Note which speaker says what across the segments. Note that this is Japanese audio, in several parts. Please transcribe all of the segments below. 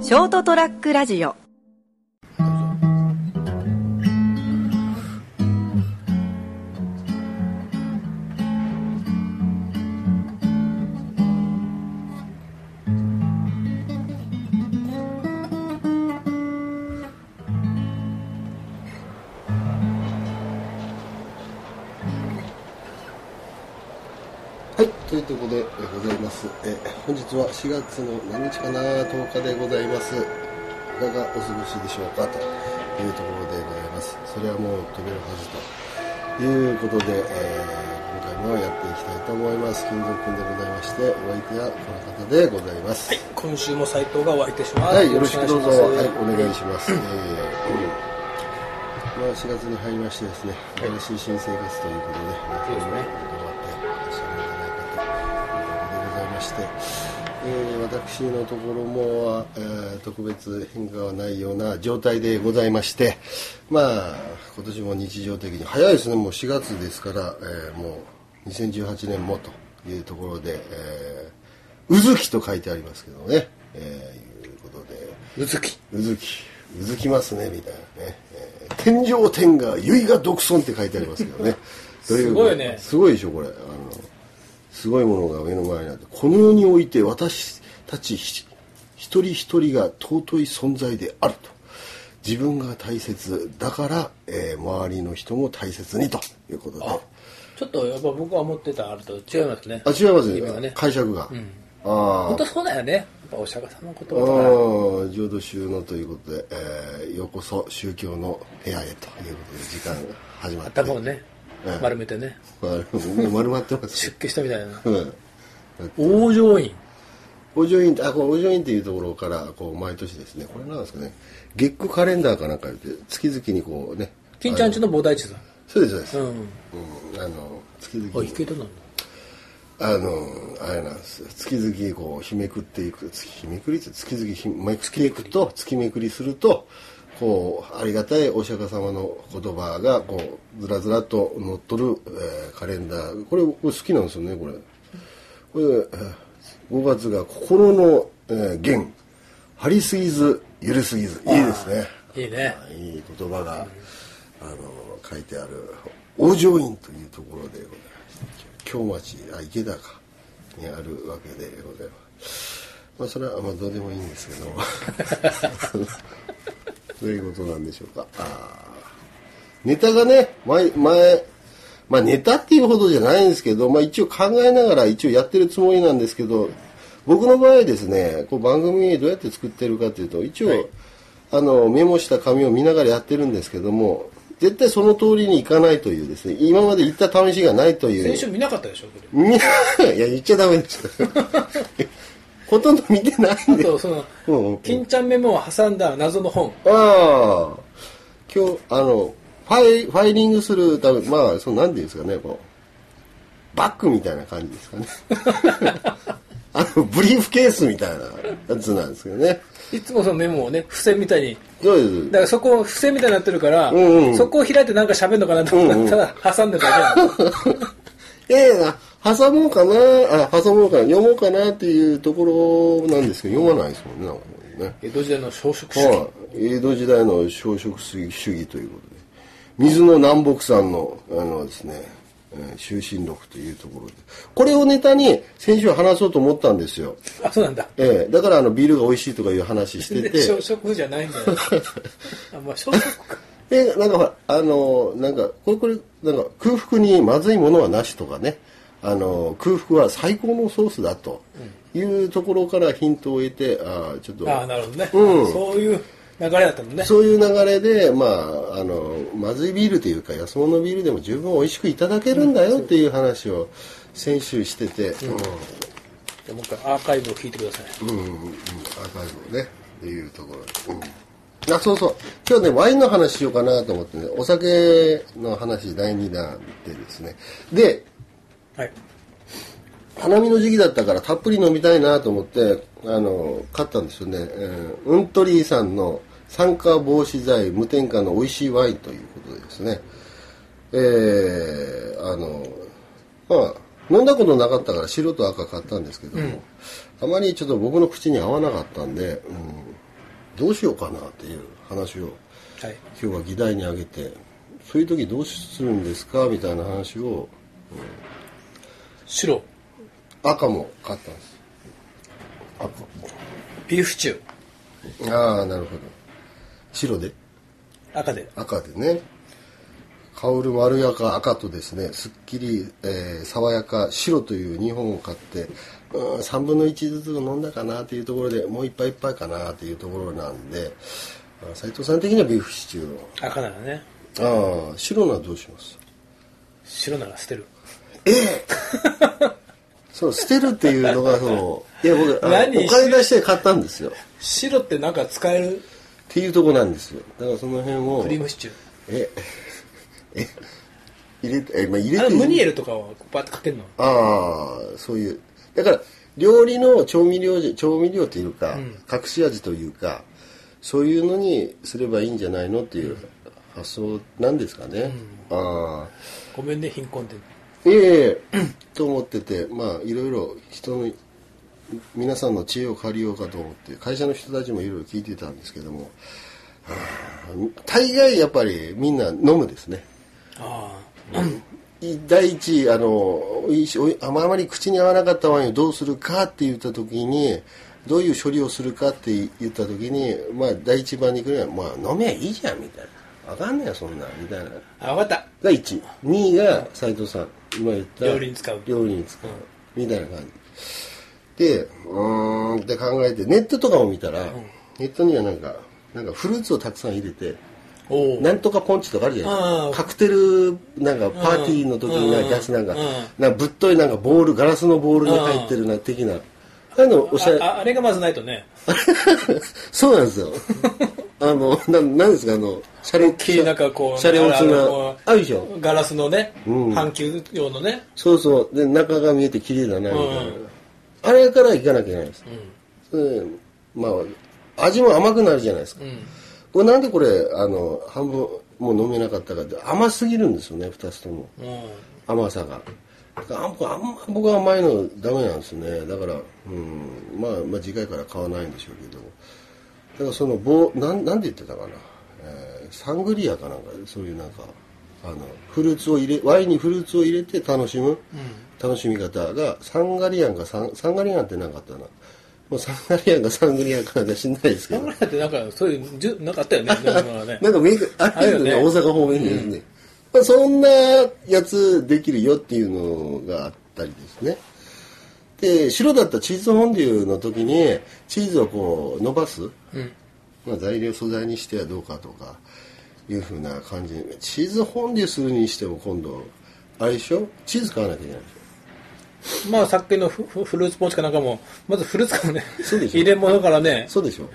Speaker 1: ショートトラックラジオ
Speaker 2: はい、ということでございます。えー本日は4月の何日かな、10日でございます。いかがお過ごしでしょうかというところでございます。それはもう飛べるはずということで、えー今回もやっていきたいと思います。金蔵君でございまして、お相手はこの方でございます。
Speaker 3: 今週も斉藤がお相手します。
Speaker 2: はい、よろしくどうぞ、
Speaker 3: よろ
Speaker 2: は
Speaker 3: し
Speaker 2: い
Speaker 3: く、お
Speaker 2: お
Speaker 3: 願いし
Speaker 2: 願いします。えーまあ、4月に入りましてですね、新しい新生活ということで、
Speaker 3: そうですね
Speaker 2: 頑張っていらっしゃるんじゃないかということでございまして、えー私のところもは、えー特別変化はないような状態でございまして、まあ、今年も日常的に、早いですね、もう4月ですから、えーもう2018年もというところで、えー、うずきと書いてありますけどね、えーいうことで、
Speaker 3: ます。うずき。
Speaker 2: うずきうずきますねみたいなね、えー天井天が結が独尊って書いてありますけどねとう
Speaker 3: すごいね
Speaker 2: すごいでしょこれあのすごいものが目の前にあってこの世において私たちひ一人一人が尊い存在であると自分が大切だから、えー周りの人も大切にということであ
Speaker 3: ちょっとやっぱ僕は思ってたあれと違いますね。
Speaker 2: 違います
Speaker 3: 意味が
Speaker 2: ね
Speaker 3: ね
Speaker 2: 解釈が、ああ
Speaker 3: 本当そうだよね。やっぱお釈迦様のことだから。
Speaker 2: ああ浄土宗のということで、えーようこそ宗教の部屋へということで時間が始まって
Speaker 3: 頭をね、丸めてね、
Speaker 2: もう丸まってます
Speaker 3: 出家したみたいな。
Speaker 2: うん
Speaker 3: 往生院。
Speaker 2: お嬢院ってあこうお嬢院っていうところからこう毎年ですねこれなんですかね月句カレンダーかなんか言って月々にこうね
Speaker 3: 金ちゃんちの菩提地さん。
Speaker 2: そうですそうです、
Speaker 3: うん。
Speaker 2: うんあの月々
Speaker 3: あ、
Speaker 2: に
Speaker 3: 引けたなんだ。
Speaker 2: あのあれなんですよ月々こう日めくっていく月日めくりって月々ひめくっていくと月めくりするとこうありがたいお釈迦様の言葉がこうずらずらと載っとる、えーカレンダーこれこれ好きなんですよねこれこれ、えー5月が心の、えー弦張りすぎずゆるすぎずいいですね
Speaker 3: いいね。
Speaker 2: いい言葉が、あの書いてある往生院というところでございます京町あ池田かにあるわけでございますまあそれはまあどうでもいいんですけどどういうことなんでしょうかあーネタがね前前まあネタっていうほどじゃないんですけど、まあ、一応考えながら一応やってるつもりなんですけど僕の場合ですねこう番組どうやって作ってるかというと一応、
Speaker 3: はい
Speaker 2: あのメモした紙を見ながらやってるんですけども絶対その通りにいかないというですね今まで行った試しがないという
Speaker 3: 先週見なかったでしょ、これ。
Speaker 2: みん ないや言っちゃダメでした ほとんど見てないん
Speaker 3: あ
Speaker 2: で
Speaker 3: と、その
Speaker 2: うんうん、
Speaker 3: 金ちゃんメモを挟んだ謎の本。
Speaker 2: ああ今日あのファイファイリングするためまあそのなんていうんですかねこうバッグみたいな感じですかね あのブリーフケースみたいなやつなんですけどね
Speaker 3: いつもそのメモをね、付箋みたいに。
Speaker 2: そうです
Speaker 3: だからそこ、付箋みたいになってるから、
Speaker 2: んうん
Speaker 3: そこを開いてなんか喋るのかなと思ったら、挟んでただけなの
Speaker 2: ええ挟もうかなあ挟もうかな読もうかなっていうところなんですけど読まないですもんねなんかね
Speaker 3: 江戸時代の小食主義、
Speaker 2: はい、江戸時代の小食主義主義ということで水野南北さんのあのですねえー終身録というところでこれをネタに先週話そうと思ったんですよ、
Speaker 3: あそうなんだ
Speaker 2: ええだからあのビールが美味しいとかいう話して て
Speaker 3: 小食じゃないん だよあまあ小食か
Speaker 2: でなんかほらあのなんかこれこれなんか空腹にまずいものはなしとかねあの空腹は最高のソースだというところからヒントを得てああちょっと
Speaker 3: ああなるほどね、
Speaker 2: うん
Speaker 3: そういう流れだったのね
Speaker 2: そういう流れで、まあ、あのまずいビールというか安物ビールでも十分美味しくいただけるんだよっていう話を先週してて、うん
Speaker 3: じゃあもう一回アーカイブを聞いてください
Speaker 2: うんうん、うんアーカイブをねっていうところ、うん、あそうそう今日ねワインの話しようかなと思ってねお酒の話第2弾でですねで
Speaker 3: はい
Speaker 2: 花見の時期だったからたっぷり飲みたいなと思ってあの買ったんですよね、えーうんとりーさんの酸化防止剤無添加の美味しいワインということでですねえーあのまあ飲んだことなかったから白と赤買ったんですけども、あまりちょっと僕の口に合わなかったんで、うんどうしようかなっていう話を
Speaker 3: はい。
Speaker 2: 今日は議題に挙げてそういう時どうするんですかみたいな話を
Speaker 3: 白、
Speaker 2: 赤も買ったんです
Speaker 3: ビーフシチュー。
Speaker 2: 赤ああなるほど白で
Speaker 3: 赤で。
Speaker 2: 赤でね香るまろやか赤とですねすっきり、えー爽やか白という2本を買ってうん3分の1ずつ飲んだかなというところでもう一杯一杯かなというところなんで斎藤さん的にはビーフシチュ
Speaker 3: 赤ならね。
Speaker 2: ーをああ白ならどうします
Speaker 3: 白なら捨てる。
Speaker 2: ええ そう捨てるっていうのがそのいや僕あの
Speaker 3: 何
Speaker 2: お金出して買ったんですよっ
Speaker 3: 白ってなんか使える
Speaker 2: ていうとこなんですよだからその辺を
Speaker 3: クリームシチュー。
Speaker 2: ええ入れてえ、まあ、入れ
Speaker 3: あ
Speaker 2: て
Speaker 3: のムニエルとかをバーってかけるの
Speaker 2: ああそういうだから料理の調味料じ調味料というか、隠し味というかそういうのにすればいいんじゃないのっていう発想なんですかね、ああ
Speaker 3: ごめんね、貧困で。
Speaker 2: いえいえと思っててまあいろいろ人の皆さんの知恵を借りようかと思って会社の人たちもいろいろ聞いてたんですけどもあー大概やっぱりみんな飲むですね
Speaker 3: あ
Speaker 2: 第一あのおいしおいあまり口に合わなかったワインをどうするかって言った時にどういう処理をするかって言った時にまあ第一番に来るのは「まあ、飲めばいいじゃん」みたいな「わかんねえよそんなん」みたいな
Speaker 3: あ。あ、わかった。
Speaker 2: が1位が斉藤さん今言った
Speaker 3: 料理に使う
Speaker 2: 料理に使うみたいな感じでうーんって考えてネットとかを見たら、ネットにはなんかなんかフルーツをたくさん入れて
Speaker 3: おお。
Speaker 2: なんとかポンチとかあるじゃない
Speaker 3: あ
Speaker 2: で
Speaker 3: ー
Speaker 2: すかカクテルなんかパーティーの時にな
Speaker 3: うん
Speaker 2: 出すなんか
Speaker 3: うん
Speaker 2: なんかぶっといなんかボールガラスのボールに入ってるな的なああいうのおしゃれ
Speaker 3: あああれがまずないとね。
Speaker 2: そうなん ですよあのななんですかあのシャレ
Speaker 3: きなんかこう
Speaker 2: シャレオツ
Speaker 3: あ
Speaker 2: な
Speaker 3: の
Speaker 2: あるでしょ
Speaker 3: ガラスのね、半球用のね。
Speaker 2: そうそう。で、中が見えて綺麗だな、みたいな。
Speaker 3: うん
Speaker 2: あれから行かなきゃいけないです。うん、まあ、味も甘くなるじゃないですか。
Speaker 3: うん。
Speaker 2: これなんでこれ、あの、半分もう飲めなかったかって、甘すぎるんですよね、二つとも。
Speaker 3: うん。
Speaker 2: 甘さが。だからあんあんま僕は甘いのダメなんですね。だから、うん、まあ、まあ次回から買わないんでしょうけど。だからその棒、なん、なんで言ってたかな。えーサングリアかなんかで、そういうなんか、あの、フルーツを入れ、ワインにフルーツを入れて楽しむ。楽しみ方がサンガリアンかサンサンガリアンってなんかあったなもうサンガリアンかサングリアンかなんか知んないですけ
Speaker 3: サ
Speaker 2: ど
Speaker 3: ムライってなんか、そういう、じゅなんかあった よね。なんかね
Speaker 2: なんかメーカーあるよね
Speaker 3: ある
Speaker 2: 大
Speaker 3: よ
Speaker 2: 阪方面でですね、まあ、そんなやつできるよっていうのがあったりですねで白だったチーズフォンデュの時にチーズをこう伸ばす、
Speaker 3: うん。
Speaker 2: まあ、材料素材にしてはどうかとかいうふうな感じでチーズフォンデュするにしても今度あれでしょチーズ買わなきゃいけないでしょ
Speaker 3: まあ、さっきのフフフルーツポンチかなんかも、まずフルーツからね、
Speaker 2: そうでしょ
Speaker 3: 入れ物からね、
Speaker 2: そうでしょ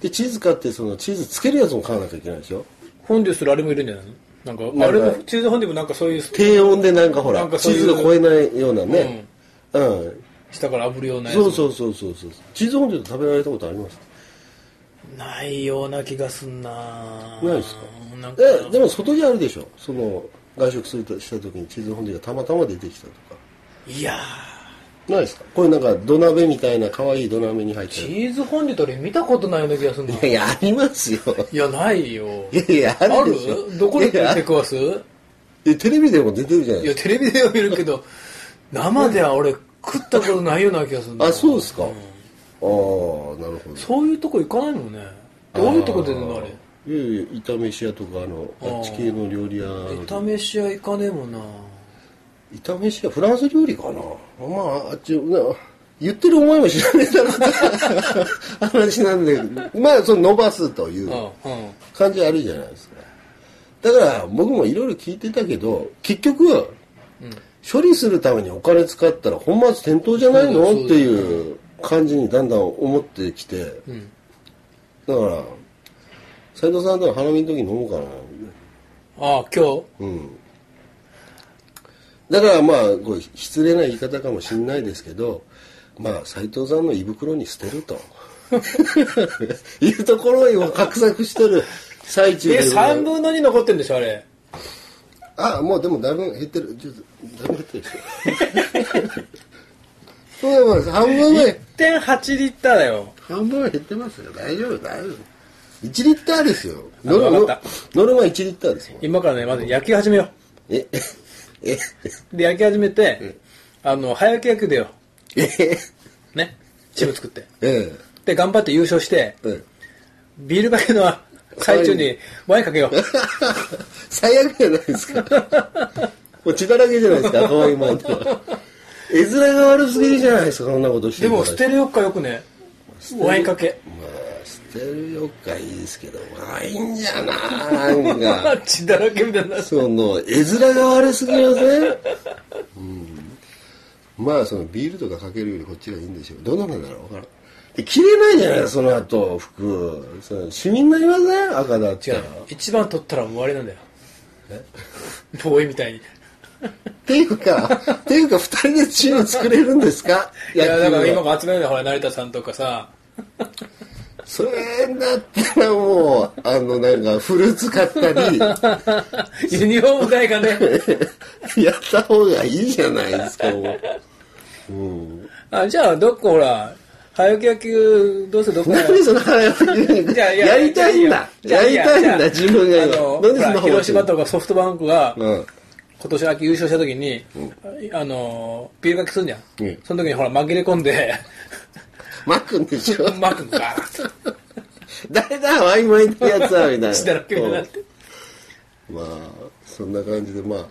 Speaker 2: でチーズ買ってそのチーズつけるやつも買わなきゃいけないでしょ
Speaker 3: フォンデュするあれもいるんじゃないのなんか、
Speaker 2: なん
Speaker 3: あれ
Speaker 2: か
Speaker 3: も、チーズフォンデュもなんかそういう、
Speaker 2: 低温でなんかほら
Speaker 3: なんか
Speaker 2: チ
Speaker 3: そうい
Speaker 2: ー
Speaker 3: う
Speaker 2: ズが超えないようなねうん、
Speaker 3: 下から炙るようなやつ。
Speaker 2: そうそうそうそうそうチーズフォンデュって食べられたことあります
Speaker 3: ないような気がすんな
Speaker 2: ないですか
Speaker 3: なんか、
Speaker 2: えでも外にあるでしょその外食するとした時にチーズフォンデュがたまたま出てきたとか
Speaker 3: いや
Speaker 2: ないですかこれなんか土鍋みたいな可愛い土鍋に入っ
Speaker 3: ー、チ
Speaker 2: て
Speaker 3: ーズフォンデュと俺見たことないような気がすんな
Speaker 2: るいやありますよ
Speaker 3: いや、ないよ。
Speaker 2: いやいやあ
Speaker 3: あ
Speaker 2: るでしょ
Speaker 3: るどこで
Speaker 2: いや
Speaker 3: 食って食わすい
Speaker 2: えテレビでも出てるじゃないで
Speaker 3: や、
Speaker 2: す
Speaker 3: テレビでは見るけど、生では俺食ったことないような気がするん
Speaker 2: か
Speaker 3: だ。
Speaker 2: あそうですか、
Speaker 3: ん
Speaker 2: ああなるほど
Speaker 3: そういうとこ行かないもんね。どういうとこ出るのあ
Speaker 2: いや
Speaker 3: れ。
Speaker 2: いや炒め飯屋とかあの
Speaker 3: あー
Speaker 2: あっち系の料理屋
Speaker 3: 炒め飯屋行かねえもんな。
Speaker 2: 炒め飯屋フランス料理かなまああっちな言ってる思いも知らねえだろうな 話なんでまあその伸ばすという
Speaker 3: うん、うん。
Speaker 2: 感じあるじゃないですかだから僕もいろいろ聞いてたけど結局処理するためにお金使ったら本末転倒じゃないの
Speaker 3: そう
Speaker 2: っ
Speaker 3: だそうだ
Speaker 2: ていう感じにだんだん思ってきて
Speaker 3: うん。
Speaker 2: だから斉藤さんとは花見の時に飲もうかな
Speaker 3: ああ、今日
Speaker 2: うんだからまあこう失礼な言い方かもしれないですけどまあ斎藤さんの胃袋に捨てると いうところを今画策してる最中
Speaker 3: え、
Speaker 2: でござい
Speaker 3: 3
Speaker 2: ます
Speaker 3: 分の2残ってんでしょ、あれ。
Speaker 2: あもうでもだいぶ減ってるちょっとだいぶ減ってるでしょ そうだもう半分ぐらい
Speaker 3: 1.8リッターだよ。
Speaker 2: 半分は減ってますよ大丈夫大丈夫1リッターですよノル
Speaker 1: わ
Speaker 2: ノ
Speaker 1: かった
Speaker 2: ノルマ1リッターですもん
Speaker 1: 今からね、まず焼き始めよ
Speaker 2: ええ
Speaker 1: う。で、焼き始めて、あの、早焼き焼くでよ。
Speaker 2: ええ
Speaker 1: ね。チーム作って。
Speaker 2: え
Speaker 1: で、頑張って優勝して、
Speaker 2: ええ
Speaker 1: ビールかけの最中にワインかけよう。
Speaker 2: 最悪じゃないですかもう血だらけじゃないですか赤ワイン巻いて絵面が悪すぎるじゃないですかそんなことして
Speaker 3: で
Speaker 2: たら
Speaker 3: も捨てるよっかよくねワインかけ
Speaker 2: まあ捨てるよっかいいですけどワインじゃななんか
Speaker 3: 血だらけみたいにな
Speaker 2: その絵面が悪すぎません、うん、まあそのビールとかかけるよりこっちがいいんでしょうどうなんだろう分からんで着れないじゃないその後服そのシミになりません赤だっ
Speaker 3: 違
Speaker 2: た
Speaker 3: う
Speaker 2: らっ
Speaker 3: 一番取ったらもう終わりなんだよボーイみたいに
Speaker 2: ていうかっていうか2人でチーム作れるんですか
Speaker 3: いやだから今
Speaker 2: が
Speaker 3: から集めるんだよほら成田さんと かさ
Speaker 2: それだったらもうあのなんかフルーツ買ったり
Speaker 3: ユニフォーム代 がね
Speaker 2: やった方がいいじゃないですかもう、うん、
Speaker 1: あ、じゃあ、どっかほら、早起き野球、どうせどっか。
Speaker 2: 何その腹焼き
Speaker 1: じゃあ
Speaker 2: やりたいんだ
Speaker 1: じゃあ
Speaker 2: やりたいんだ自分が
Speaker 1: あ
Speaker 2: 今
Speaker 1: の
Speaker 2: なんでそん
Speaker 1: ほら
Speaker 2: な方が
Speaker 1: 広島とかソフトバンクが、
Speaker 2: うん
Speaker 1: 今年秋優勝した時に、あの、ビールかけすんじゃん。
Speaker 2: うん
Speaker 1: その時にほら、紛れ込ん で、
Speaker 2: マックンでしょ
Speaker 1: マークがガーッ
Speaker 2: 誰だワイン巻いてるやつはみ たいな
Speaker 1: と血だらけになって。
Speaker 2: まあそんな感じでまあ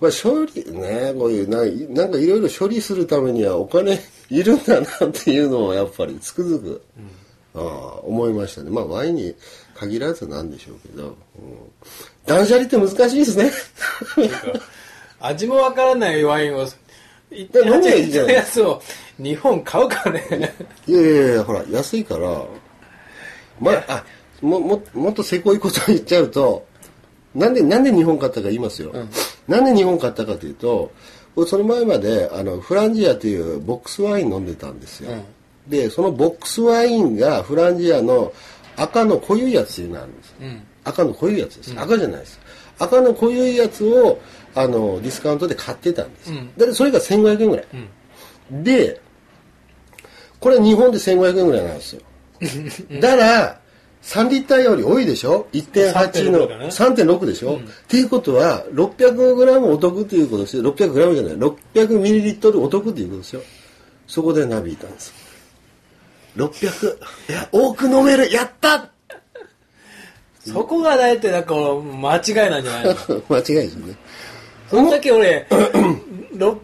Speaker 2: まあ処理ねこういうないなんかいろいろ処理するためにはお金 いるんだなっていうのをやっぱりつくづく、ああ思いましたねまあワインに限らずなんでしょうけど、うん、断捨離って難しいですね
Speaker 3: 味もわからないワインを一
Speaker 2: で飲めばいいじゃん
Speaker 3: のやつを日本買うかね
Speaker 2: いやいやいやほら安いからまああもももっとせこいことを言っちゃうとなんでなんで日本買ったか言いますよ、なんで日本買ったかというと僕その前まであのフランジアというボックスワイン飲んでたんですよ、でそのボックスワインがフランジアの赤の濃ゆいやつというのがあるんです、赤の濃ゆいやつです、赤じゃないです赤の濃ゆいやつをあのディスカウントで買ってたんです、だってそれが1500円ぐらい、でこれ日本で1500円ぐらいなんですよ。だから、3リッターより多いでしょ ?1.8 の
Speaker 3: 3.6だね
Speaker 2: 3.6でしょ、っていうことは、600グラムお得ということですよ。600グラムじゃない。600ミリリットルお得ということですよ。そこでなびいたんです。600。いや、多く飲める。やった
Speaker 3: そこがだいてなんか間違いなんじゃないの
Speaker 2: 間違いですよね。
Speaker 3: その時 俺ろ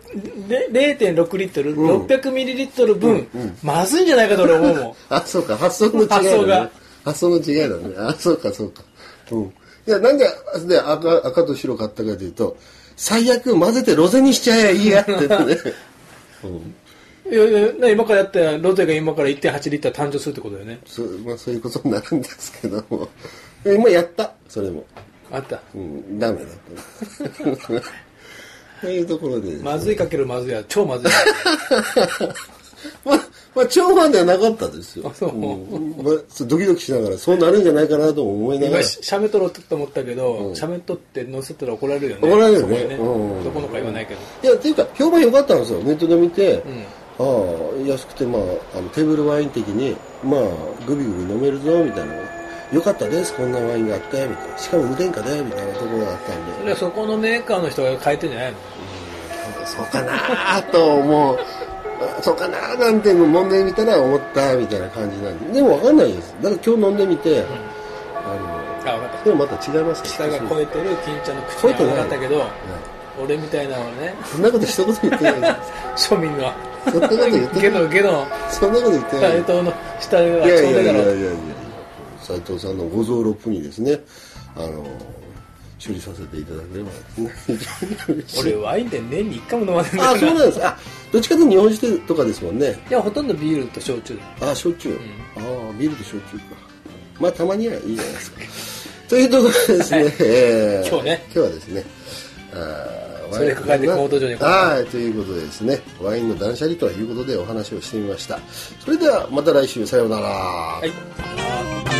Speaker 3: れ0.6リットル、600ミリリットル分、まずいんじゃないかと俺思うも ん
Speaker 2: あ、そうか、発想の違いだ、ね。
Speaker 3: 発想が
Speaker 2: 発想の違いだね。あ、そうか、そうか。うん。いや、なんで、で赤赤と白買ったかというと、最悪混ぜてロゼにしちゃえばいいやって ね。うん
Speaker 3: いやいやな今からやってロゼが今から1.8リッター誕生するってことだよね
Speaker 2: そうまあ、そういうことになるんですけども。え今やった、それも。
Speaker 3: あった
Speaker 2: うん、ダメだった。 というところでですね、
Speaker 3: まずいかけるまずいは超まず い
Speaker 2: まあ、まあ、超ファンではなかったですよ。
Speaker 3: あそうん
Speaker 2: まあ、そうドキドキしながら、そうなるんじゃないかなとも思いなが
Speaker 3: 今
Speaker 2: ら。
Speaker 3: ししゃべとろうと思ったけどしゃべとって乗せたら怒られるよね
Speaker 2: 怒られるよね
Speaker 3: そこに
Speaker 2: うん
Speaker 3: どこのか言わないけど
Speaker 2: いや、っていうか、評判良かったんですよ。ネットで見て、ああ、安くて、まあ、あのテーブルワイン的に、まあ、グビグビ飲めるぞ、みたいな。良かったです、こんなワインがあって、みたいな。しかも無添加で、みたいなところがあったんで。
Speaker 3: それはそこのメーカーの人が変えてんじゃないの
Speaker 2: そうかなあと思う。 あそうかなあなんて飲んでみたら思った、みたいな感じなんで。でも分かんないです。だから今日飲んでみて、あ
Speaker 3: あ分かっ
Speaker 2: の、でもまた違います
Speaker 3: た下が超えてる金ちゃんの口
Speaker 2: 超え
Speaker 3: に
Speaker 2: てな
Speaker 3: はい分かったけど
Speaker 2: はい
Speaker 3: 俺みたいなのはね
Speaker 2: そんなこと一言言って ないです。
Speaker 3: 庶民の
Speaker 2: そんなこと言って
Speaker 3: ゲ
Speaker 2: ない。
Speaker 3: ノゲノ
Speaker 2: そんなこと言ってない
Speaker 3: 斎。藤の下が
Speaker 2: いやい
Speaker 3: ちょう
Speaker 2: や
Speaker 3: ど
Speaker 2: い
Speaker 3: だ
Speaker 2: やい
Speaker 3: から
Speaker 2: やいや斉藤さんのご増録にですねあの処理させていただければ
Speaker 3: 俺ワインって年に1回も飲まないんだ
Speaker 2: あそうなんですあどっちかというと日本酒とかですもんね
Speaker 3: いやほとんどビールと焼酎だよ
Speaker 2: あ焼酎、あビールと焼酎かまあたまにはいいじゃないですか というところでですね、えー
Speaker 3: 今日ね
Speaker 2: 今日はですねあー
Speaker 3: それに抱えて
Speaker 2: ワイン
Speaker 3: コート上に
Speaker 2: はいということでですねワインの断捨離ということでお話をしてみましたそれではまた来週さようなら、
Speaker 3: はい